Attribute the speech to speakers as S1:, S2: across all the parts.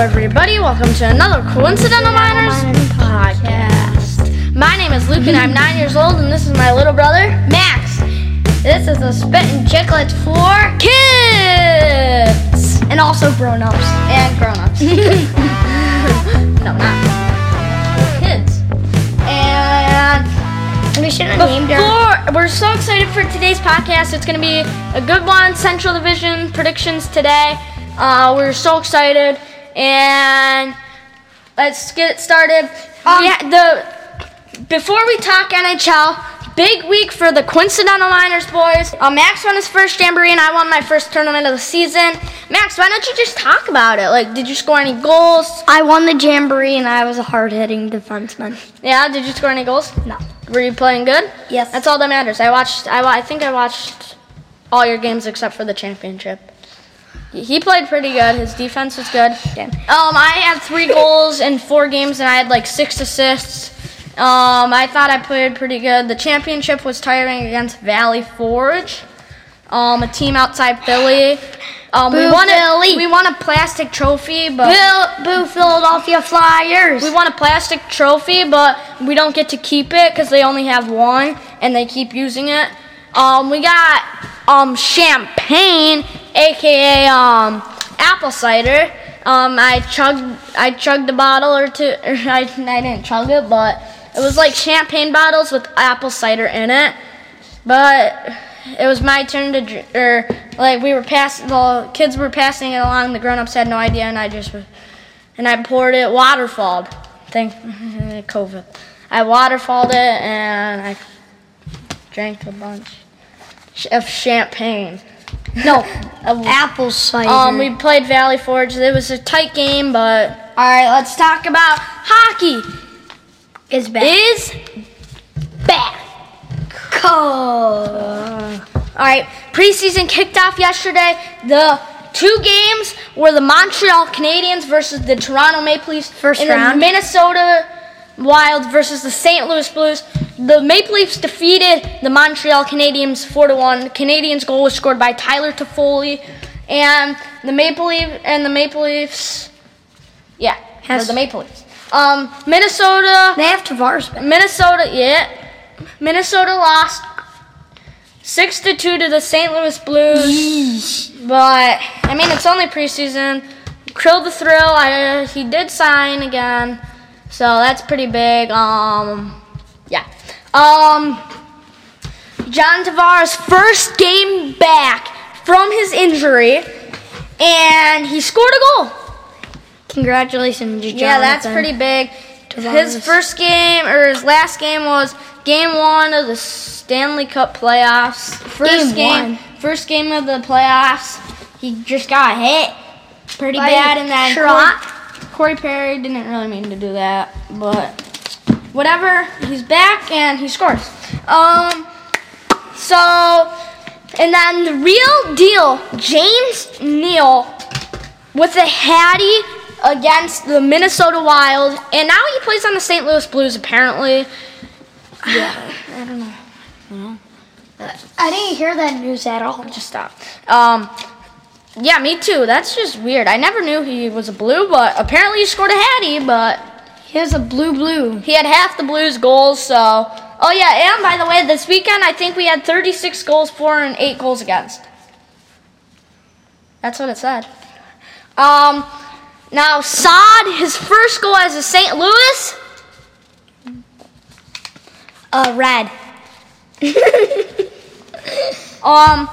S1: everybody. Welcome to another Coincidental Miners podcast. My name is Luke, and I'm nine years old, and this is my little brother, Max. This is a Spit and Chicklets for kids, and also grown ups. And grown ups. no, not kids. And
S2: We should have named her.
S1: before, we're so excited for today's podcast. It's going to be a good one. Central Division predictions today. Uh, we're so excited, and let's get started. yeah, the before we talk NHL, big week for the Coincidental Miners boys. Uh, Max won his first jamboree, and I won my first tournament of the season. Max, why don't you just talk about it? Like, did you score any goals?
S2: I won the jamboree and I was a hard hitting defenseman.
S1: Yeah, did you score any goals?
S2: No.
S1: Were you playing good?
S2: Yes.
S1: That's all that matters. I watched. I, wa- I think I watched all your games except for the championship. He played pretty good. His defense was good. Um, I had three goals in four games, and I had like six assists. Um, I thought I played pretty good. The championship was tiring against Valley Forge, um, a team outside Philly. Um, we
S2: Boo,
S1: won a,
S2: Philly.
S1: we won a plastic trophy, but
S2: Bill, boo, Philadelphia Flyers.
S1: we won a plastic trophy, but we don't get to keep it because they only have one and they keep using it. Um, we got um champagne, aka um apple cider. Um, I chugged I chugged a bottle or two. Or I I didn't chug it, but it was like champagne bottles with apple cider in it. But it was my turn to, dr- or like we were passing, the kids were passing it along. The grown-ups had no idea, and I just, was- and I poured it waterfalled. Thank COVID. I waterfalled it, and I drank a bunch sh- of champagne.
S2: No.
S1: Of-
S2: Apple cider.
S1: um, we played Valley Forge. It was a tight game, but all right. Let's talk about hockey.
S2: is back.
S1: Is
S2: back.
S1: Uh, all right, preseason kicked off yesterday. The two games were the Montreal Canadiens versus the Toronto Maple Leafs.
S2: First
S1: and the
S2: round.
S1: Minnesota Wild versus the St. Louis Blues. The Maple Leafs defeated the Montreal Canadiens 4 to 1. Canadiens goal was scored by Tyler Toffoli and the Maple Leaf and the Maple Leafs yeah,
S2: Has-
S1: for the Maple Leafs. Um, Minnesota
S2: They have Tavares back.
S1: Minnesota, yeah. Minnesota lost six to two to the St. Louis Blues, but I mean it's only preseason. Krill the thrill, I, he did sign again, so that's pretty big. Um, yeah. Um, John Tavares' first game back from his injury, and he scored a goal.
S2: Congratulations, Jonathan.
S1: Yeah, that's pretty big. His
S2: Tavares.
S1: first game or his last game was game one of the Stanley Cup playoffs. First
S2: Game
S1: game,
S2: one.
S1: first game of the playoffs. He just got hit pretty
S2: By
S1: bad, and then
S2: Sherlock.
S1: Corey, Corey Perry didn't really mean to do that, but whatever. He's back and he scores. Um, so and then the real deal, James Neal with a Hattie against the Minnesota Wild, and now he plays on the St. Louis Blues apparently.
S2: I didn't hear that news at all.
S1: Just stop. Um, yeah, me too. That's just weird. I never knew he was a blue, but apparently he scored a Hattie, but
S2: He has a blue blue.
S1: he had half the Blues goals, so. Oh, yeah, and by the way, this weekend I think we had 36 goals for and 8 goals against. That's what it said. Um, now, Saad, his first goal as a St. Louis.
S2: Uh, red.
S1: Um,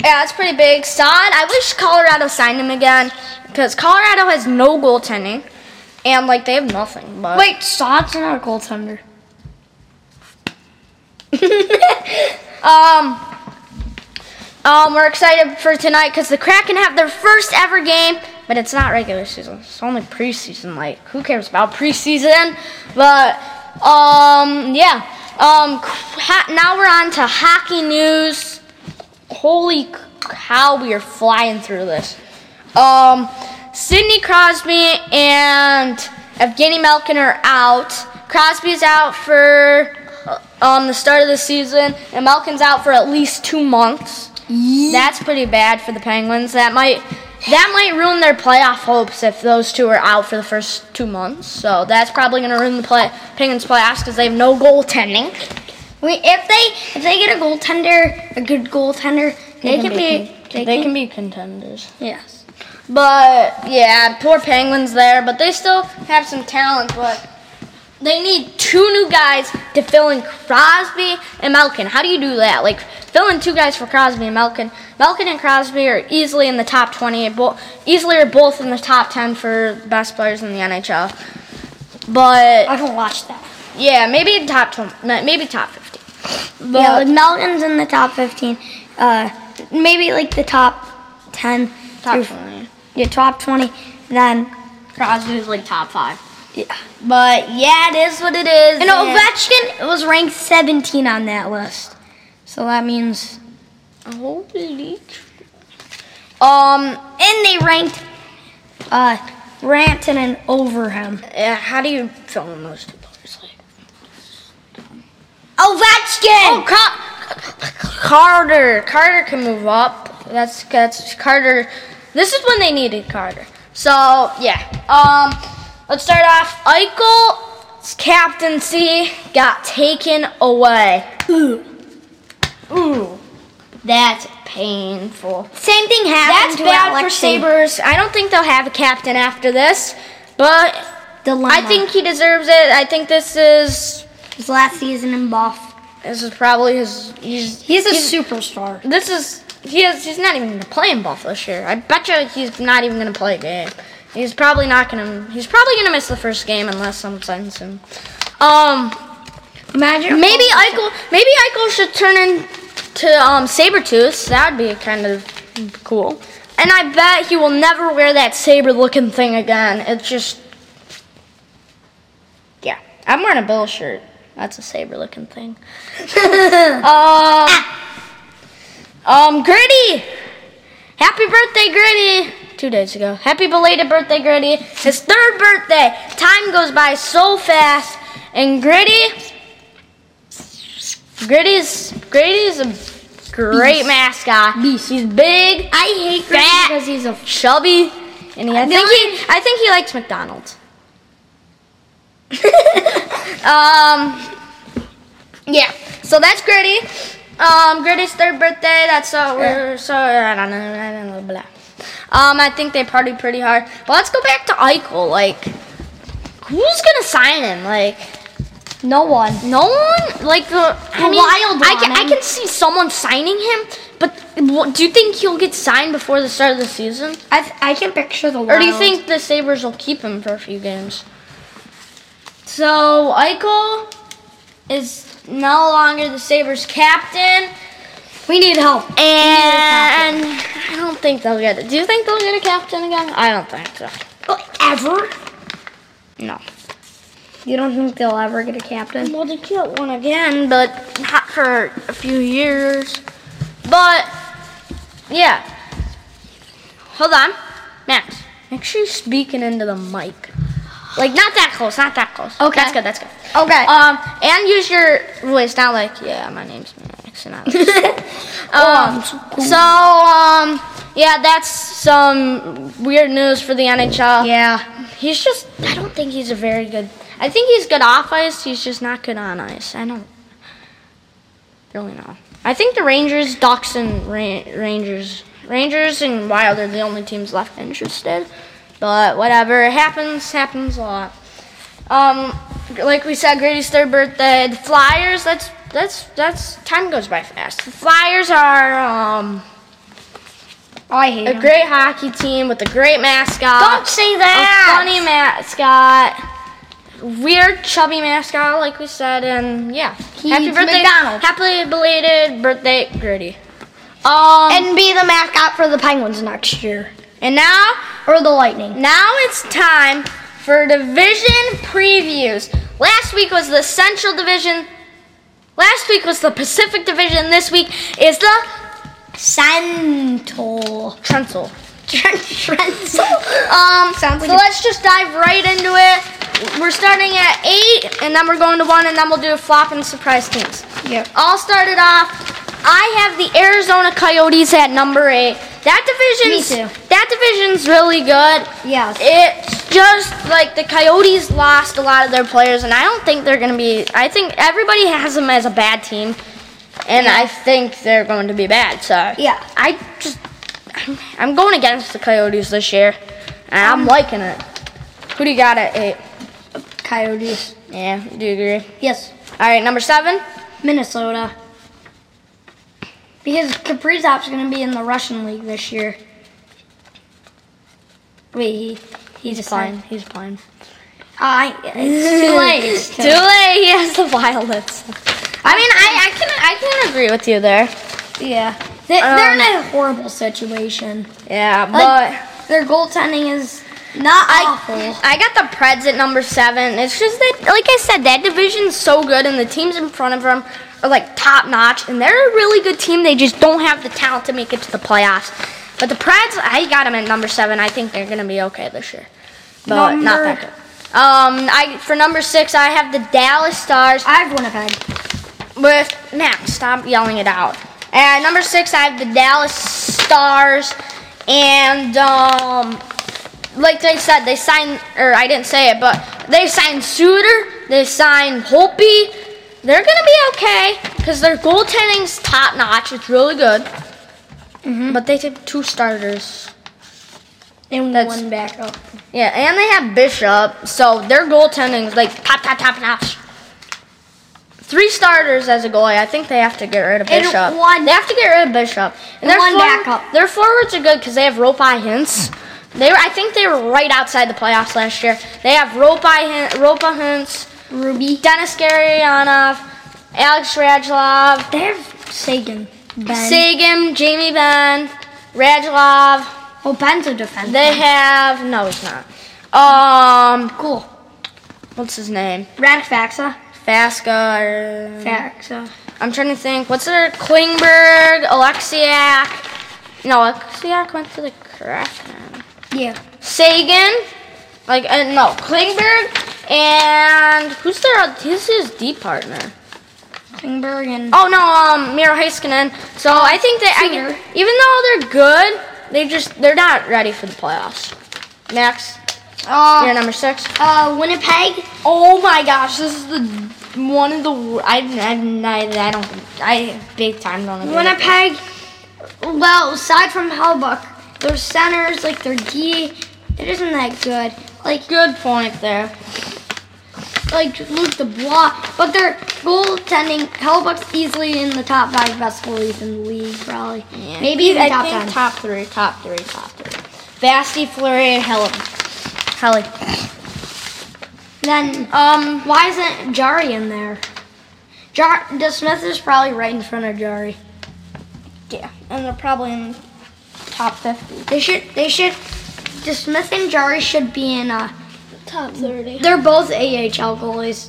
S1: yeah, that's pretty big. Sod, I wish Colorado signed him again because Colorado has no goaltending, and like they have nothing. But
S2: Wait, Sod's not a goaltender.
S1: um, um, we're excited for tonight because the Kraken have their first ever game, but it's not regular season. It's only preseason. Like, who cares about preseason? But um, yeah. Um, ha- now we're on to hockey news. Holy c- cow, we are flying through this. Um, Sidney Crosby and Evgeny Malkin are out. Crosby's out for uh, um, the start of the season, and Malkin's out for at least two months. That's pretty bad for the Penguins. That might That might ruin their playoff hopes if those two are out for the first two months. So that's probably going to ruin the play, Penguins' playoffs because they have no goaltending.
S2: We, if they if they get a goaltender, a good goaltender, they, can, be.
S1: They, can be contenders.
S2: Yes.
S1: But yeah, poor Penguins there, but they still have some talent, but they need two new guys to fill in Crosby and Malkin. How do you do that? Like fill in two guys for Crosby and Malkin. Malkin and Crosby are easily in the top 20, bo- easily are both in the top 10 for best players in the NHL. But
S2: I haven't watched that.
S1: yeah, maybe top 20, maybe top 50. But
S2: yeah, like Melton's in the top 15. Uh, maybe like the top 10.
S1: top
S2: through-
S1: 20.
S2: Yeah, top 20. Then,
S1: Crosby's like top 5.
S2: yeah.
S1: But yeah, it is what it is.
S2: And
S1: and-
S2: Ovechkin was ranked 17 on that list. So that means.
S1: Holy. Um,
S2: And they ranked uh, Rantanen over him.
S1: uh, how do you fill in those two players? Like,
S2: Ovechkin!
S1: oh, Ca- Carter. Carter can move up. That's that's Carter. This is when they needed Carter. So yeah. Um, let's start off. Eichel's captaincy got taken away.
S2: Ooh.
S1: Ooh, that's painful.
S2: Same thing happened
S1: That's
S2: to
S1: bad for
S2: Alexei.
S1: Sabers. I don't think they'll have a captain after this, but
S2: Dilemma.
S1: I think he deserves it. I think this is
S2: his last season in Buff.
S1: this is probably his. He's,
S2: He's a superstar.
S1: this is he is he's not even gonna play in Buffalo this year. I bet you he's not even gonna play a game. He's probably not gonna. He's probably gonna miss the first game unless someone signs him. Um,
S2: Imagine
S1: maybe Eichel. Maybe Eichel should turn into um Sabretooth. That would be kind of cool. And I bet he will never wear that saber-looking thing again. It's just yeah. I'm wearing a Bill shirt. That's a saber-looking thing. um, um, Gritty. Happy birthday, Gritty. Two days ago. Happy belated birthday, Gritty. His third birthday. Time goes by so fast. And Gritty, Gritty's Gritty's a great
S2: Beast.
S1: mascot.
S2: Beast.
S1: He's big.
S2: I hate Gritty
S1: Fat.
S2: because he's a
S1: chubby, and he, I
S2: The
S1: think
S2: only-
S1: he I think he likes McDonald's. um, yeah. So that's Gritty. Um, Gritty's third birthday. That's uh, we're so I don't know. I don't know. Blah. Um, I think they partied pretty hard. But let's go back to Eichel. Like, who's gonna sign him? Like.
S2: no one.
S1: No one like the I
S2: The
S1: mean,
S2: wild
S1: I can,
S2: one.
S1: I can see someone signing him, but wh- do you think he'll get signed before the start of the season?
S2: I, th- I can picture the wild.
S1: Or do you think the Sabres will keep him for a few games? So Eichel is no longer the Sabres captain.
S2: we need help?
S1: And I don't think they'll get it. Do you think they'll get a captain again? I don't think so.
S2: Ever?
S1: No.
S2: You don't think they'll ever get a captain?
S1: Well, they get one again, but not for a few years. But yeah, hold on, Max. Make sure you're speaking into the mic. Like not that close, not that close.
S2: Okay.
S1: that's good. That's good.
S2: Okay.
S1: Um, and use your voice, not like yeah, my name's Max, and I.
S2: Oh,
S1: Um, so um, yeah, that's some weird news for the NHL.
S2: yeah.
S1: He's just, I don't think he's a very good, I think he's good off ice, he's just not good on ice. I don't really know. I think the Rangers, Ducks, and Ra- Rangers, Rangers and Wild are the only teams left interested. But whatever, it happens, happens a lot. Um, like we said, Grady's third birthday. The Flyers, that's, that's, that's, time goes by fast. The Flyers are, um,
S2: I hate
S1: a
S2: him.
S1: great hockey team with a great mascot
S2: Don't say
S1: a
S2: that.
S1: funny mascot, weird chubby mascot, like we said, and yeah.
S2: He eats McDonald's.
S1: happy belated birthday, Gritty. Um, and,
S2: And be the mascot for the Penguins next year
S1: now,
S2: or the Lightning.
S1: now it's time for division previews. Last week was the Central Division. Last week was the Pacific Division. This week is the
S2: Central.
S1: Trensel.
S2: Trenzel.
S1: Um,
S2: Sounds
S1: so
S2: like a-
S1: let's just dive right into it. We're starting at eight, and then we're going to one, and then we'll do a flop and surprise teams.
S2: Yep.
S1: All started off. I have the Arizona Coyotes at number eight. That division's
S2: Me too.
S1: that division's really good.
S2: Yes.
S1: It's just like the Coyotes lost a lot of their players, and I don't think they're going to be. I think everybody has them as a bad team, and I think they're going to be bad. So
S2: Yeah.
S1: I just I'm, I'm going against the Coyotes this year, and I'm liking it. Who do you got at eight?
S2: Coyotes.
S1: Yeah, do you agree?
S2: Yes.
S1: All right, number seven.
S2: Minnesota. Because Kaprizov's going to be in the Russian league this year. Wait, he, he
S1: He's
S2: just
S1: playing.
S2: signed-
S1: He's playing.
S2: I, it's too late. It's
S1: Too
S2: too
S1: late. He has the violets. I mean, I, I can I can agree with you there.
S2: Yeah. They, they're in
S1: Um,
S2: a horrible situation.
S1: Yeah, but
S2: Like, their goaltending is not awful.
S1: I got the Preds at number seven. It's just that, like I said, that division's so good, and the teams in front of them are like top notch, and they're a really good team. They just don't have the talent to make it to the playoffs. But the Preds, I got them at number seven. I think they're gonna be okay this year, but not
S2: Number-
S1: that good. Um, I for number six, I have the Dallas Stars.
S2: I have Winnipeg.
S1: with Max. Stop yelling it out. At number six, I have the Dallas Stars, and um, like they said, they signed, or I didn't say it, but they signed Suter, they signed Holpe. They're gonna be okay because their goaltending's top notch. It's really good, but they took two starters.
S2: And
S1: That's-
S2: one backup.
S1: Yeah, and they have Bishop, so their goaltending is like top, top, top notch. Three starters as a goalie. I think they have to get rid of
S2: And
S1: Bishop.
S2: one-
S1: they have to get rid of Bishop.
S2: And
S1: their
S2: one
S1: forward-
S2: backup.
S1: Their forwards are good because they have Ropi Hints. They were, I think they were right outside the playoffs last year. They have Ropi Hint, Ropa Hints,
S2: Ruby.
S1: Dennis Garyanov, Alex Radulov,
S2: They have Sagan. Ben.
S1: Sagan, Jamie Ben, Radulov.
S2: oh, Ben's a defenseman.
S1: They have no, he's not. Um,
S2: cool.
S1: what's his name?
S2: Radic Faxa.
S1: Fasca. Or,
S2: Faxa.
S1: I'm trying to think. What's their Klingberg, Alexiak? No, Alexiak went to the Kraken.
S2: Yeah.
S1: Sagan, like uh, no Klingberg, and who's their? Who's his D partner?
S2: Klingberg and
S1: Oh no, um, Miro Heiskanen. So I think that I,
S2: Suter.
S1: even though they're good, they just they're not ready for the playoffs. Max,
S2: uh,
S1: you're number six.
S2: uh, Winnipeg.
S1: Oh my gosh, this is the one of the wor- I I, I, I don't I big time don't agree. with it.
S2: Winnipeg. Well, aside from Hellbuck, their centers, like their D, it isn't that good. Like
S1: Good point there.
S2: like Luke DeBlois, but their goaltending, Hellbuck's easily in the top five best goalies in the league, probably. Maybe even
S1: I
S2: top
S1: think
S2: ten.
S1: top three, top three, top three. Vasti, Fleury, and Helen. Helly.
S2: then
S1: Um,
S2: why isn't Jari in there? Jar DeSmith is probably right in front of Jari.
S1: yeah, and they're probably in top fifty.
S2: They should they should DeSmith and Jari should be in uh
S1: Top thirty.
S2: they're both AHL goalies.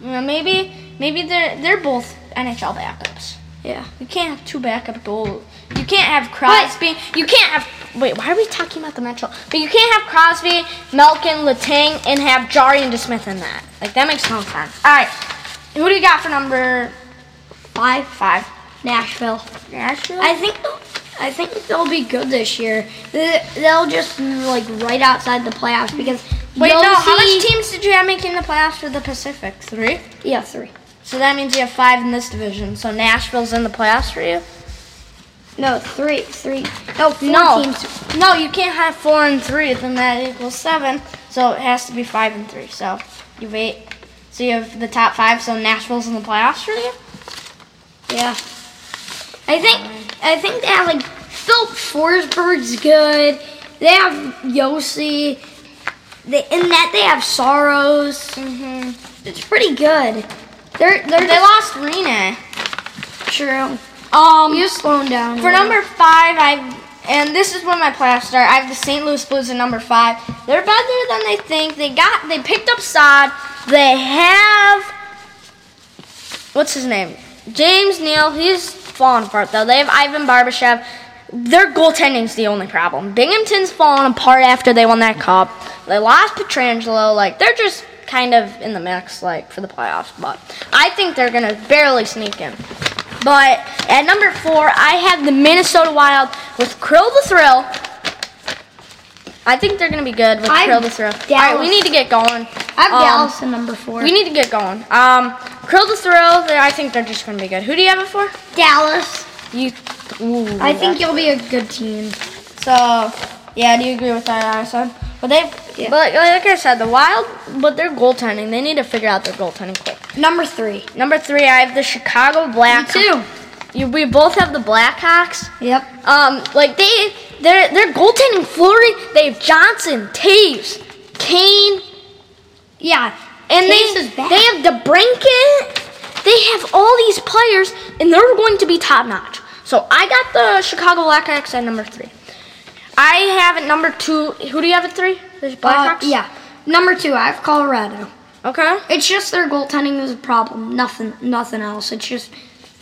S1: Yeah, maybe, maybe they're they're both NHL backups.
S2: Yeah.
S1: You can't have two backup goals. You can't have Crosby. You can't have. Wait, why are we talking about the Metro? But you can't have Crosby, Malkin, Latang, and have Jari and DeSmith in that. Like that makes no sense. All right, who do you got for number
S2: Five
S1: five?
S2: Nashville.
S1: Nashville.
S2: I think they'll- I think they'll be good this year. They- They'll just be like right outside the playoffs because
S1: Wait,
S2: you'll
S1: no. How
S2: see-
S1: much teams did you have making the playoffs for the Pacific? Three.
S2: Yeah, three.
S1: So that means you have five in this division. So Nashville's in the playoffs for you.
S2: No, three, three. No, four
S1: no,
S2: teams.
S1: no. You can't have four and three. Then that equals seven. So it has to be five and three. So you wait. So you have the top five. So Nashville's in the playoffs for you.
S2: Yeah. I think I think they have like Phil Forsberg's good. They have Yossi. They in that they have Sorrows.
S1: Mm-hmm.
S2: It's pretty good. They're they're
S1: They lost Rena.
S2: true.
S1: Um,
S2: You slow down.
S1: For number five, I've and this is when my playoffs start. I have the St. Louis Blues at number five. They're better than they think. They got they picked up Sod. They have what's his name? James Neal. He's falling apart though. They have Ivan Barbashev. Their goaltending's the only problem. Binghamton's falling apart after they won that cup. They lost Petrangelo. Like they're just kind of in the mix, like for the playoffs. But I think they're gonna barely sneak in. But at number four, I have the Minnesota Wild with Krill the Thrill. I think they're gonna be good with
S2: I have
S1: Krill the Thrill.
S2: Dallas.
S1: All right, we need to get going.
S2: I have
S1: Um,
S2: Dallas at number four.
S1: We need to get going. Um, Krill the Thrill. they- I think they're just gonna be good. Who do you have it for?
S2: Dallas.
S1: You. Ooh,
S2: I think you'll be a good team.
S1: So, yeah, do you agree with that, Allison? But they,
S2: Yeah.
S1: but like I said, the Wild, but their goaltending, they need to figure out their goaltending quick.
S2: Number three.
S1: Number three, I have the Chicago Blackhawks.
S2: too.
S1: You, we both have the Blackhawks.
S2: Yep.
S1: Um, like they, their their goaltending flurry. They have Johnson, Taves, Kane,
S2: Yeah.
S1: and
S2: Taves
S1: they
S2: is back.
S1: they have DeBrinket. They have all these players, and they're going to be top notch. So I got the Chicago Blackhawks at number three. I have at number two. Who do you have at three? The
S2: Uh,
S1: Blackhawks.
S2: yeah. Number two, I have Colorado.
S1: Okay.
S2: It's just their goaltending is a problem. Nothing. Nothing else. It's just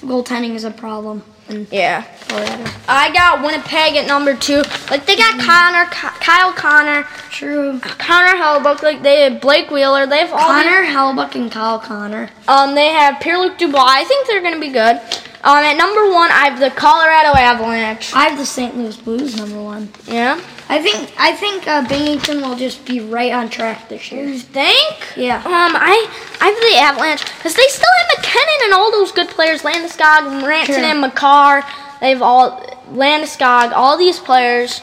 S2: goaltending is a problem in
S1: Yeah.
S2: Colorado.
S1: I got Winnipeg at number two. Like they got
S2: Mm-hmm.
S1: Connor, Ki- Kyle Connor,
S2: True.
S1: Connor Hellebuck. Like they have Blake Wheeler. They have all these-
S2: Connor Hellebuck and Kyle Connor.
S1: Um, they have Pierre-Luc Dubois. I think they're going to be good. Um, at number one, I have the Colorado Avalanche.
S2: I have the St. Louis Blues number one.
S1: Yeah.
S2: I think I think uh, Binghamton will just be right on track this year.
S1: You think?
S2: Yeah.
S1: Um, I I have the Avalanche because they still have McKinnon and all those good players, Landeskog, Rantanen,
S2: True.
S1: and Makar. They've all Landeskog, all these players.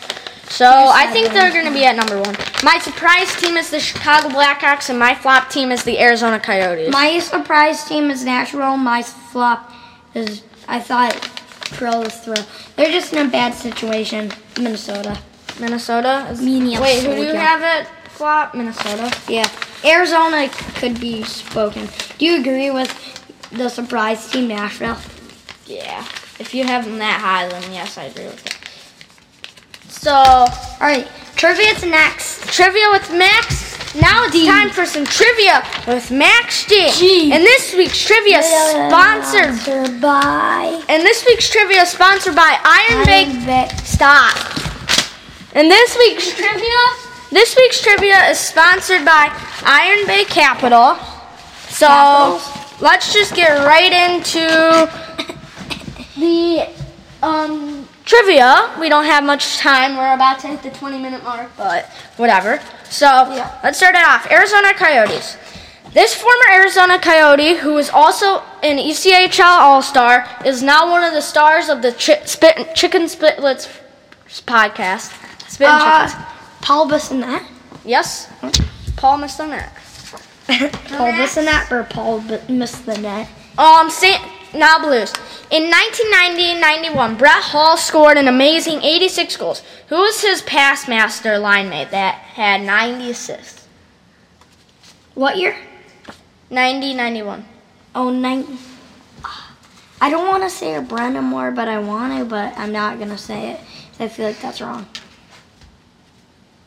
S1: So I think they're going to be at number one. My surprise team is the Chicago Blackhawks, and my flop team is the Arizona Coyotes.
S2: My surprise team is Nashville. My flop is I thought Grill was through. They're just in a bad situation. Minnesota.
S1: Minnesota. Is,
S2: Minnesota.
S1: wait, who do you have it? Flop Minnesota.
S2: Yeah. Arizona could be spoken. Do you agree with the surprise team Nashville?
S1: Yeah. If you have them that high, then yes, I agree with that. So,
S2: All right. Trivia's next.
S1: trivia with Max. Now it's
S2: D.
S1: time for some trivia with Max G.
S2: G.
S1: And this week's trivia is sponsored.
S2: Sponsored by
S1: And this week's trivia is sponsored by Iron Bake Stop. And this week's trivia, this week's trivia is sponsored by Iron Bay Capital. So
S2: Capitals.
S1: let's just get right into the um, trivia. We don't have much time. We're about to hit the 20 minute mark, but whatever. So
S2: Yeah.
S1: let's start it off. Arizona Coyotes. This former Arizona Coyote, who is also an E ECHL All Star, is now one of the stars of the Chi- Spit- Chicken Spitlets podcast. Spit and Chickens.
S2: Uh, Paul Bissonnette.
S1: Yes. Paul missed on that.
S2: Paul Bissonnette or Paul B- missed the net.
S1: Um, St. Now Blues. In 1990 and 91, Brett Hall scored an amazing 86 goals. Who was his past master line mate that had 90 assists?
S2: What year?
S1: 90, 91.
S2: Oh, nine. I don't want to say a Brendan Moore, but I want to, but I'm not going to say it. 'cause I feel like that's wrong.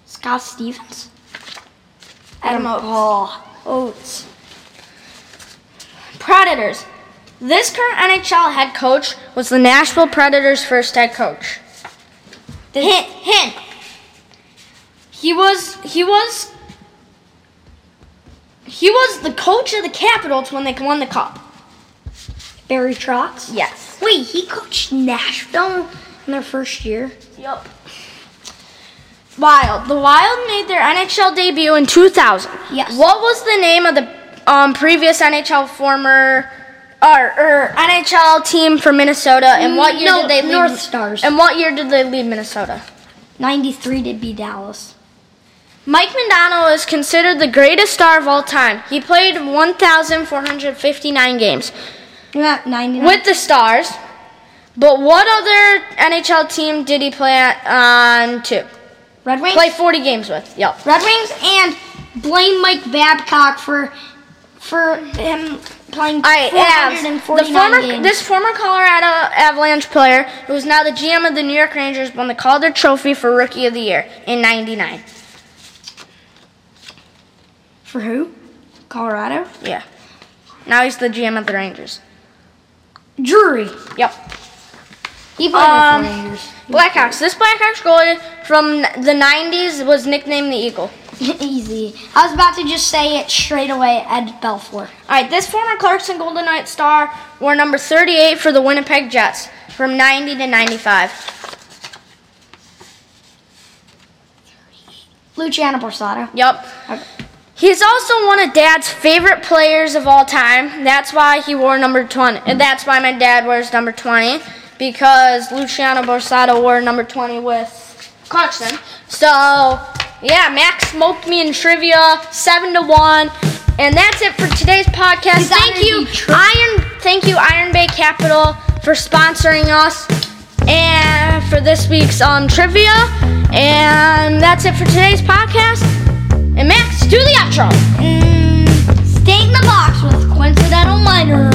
S2: Scott Stevens?
S1: Adam Oates.
S2: Hall.
S1: Oates. Predators. This current NHL head coach was the Nashville Predators' first head coach.
S2: Hint, hint.
S1: He was he was he was the coach of the Capitals when they won the cup.
S2: Barry Trotz?
S1: Yes.
S2: Wait, he coached Nashville in their first year?
S1: Yup. Wild. The Wild made their NHL debut in 2000.
S2: Yes.
S1: What was the name of the um, previous NHL former or, or NHL team for Minnesota, and what year
S2: No,
S1: did they leave?
S2: North Stars.
S1: And what year did they leave Minnesota?
S2: 93 did be Dallas.
S1: Mike Mandano is considered the greatest star of all time. He played 1,459 games
S2: Not 99.
S1: with the Stars. But what other NHL team did he play on to?
S2: Red Wings?
S1: Play 40 games with. Yep.
S2: Red Wings and blame Mike Babcock for for him playing
S1: I have the
S2: 449
S1: former
S2: games.
S1: this former Colorado Avalanche player who is now the GM of the New York Rangers won the Calder Trophy for Rookie of the Year in '99.
S2: for who? Colorado?
S1: Yeah. Now he's the GM of the Rangers.
S2: Drury.
S1: Yep.
S2: He played
S1: Um,
S2: with the Rangers.
S1: Blackhawks. This Blackhawks goalie from the '90s was nicknamed the Eagle.
S2: Easy. I was about to just say it straight away, Ed Belfour.
S1: All right, this former Clarkson Golden Knight star wore number 38 for the Winnipeg Jets from 90 to 95.
S2: Luciano Borsato.
S1: Yep. He's also one of Dad's favorite players of all time. That's why he wore number 20. and That's why my dad wears number 20 because Luciano Borsato wore number 20 with Clarkson. So, yeah, Max smoked me in trivia 7 to 1. And that's it for today's podcast.
S2: He's
S1: Thank
S2: honored
S1: you
S2: me tri-
S1: Iron thank you Iron Bay Capital for sponsoring us and for this week's um trivia. And that's it for today's podcast. And Max, do the outro.
S2: Mm, stay in the box with coincidental minor.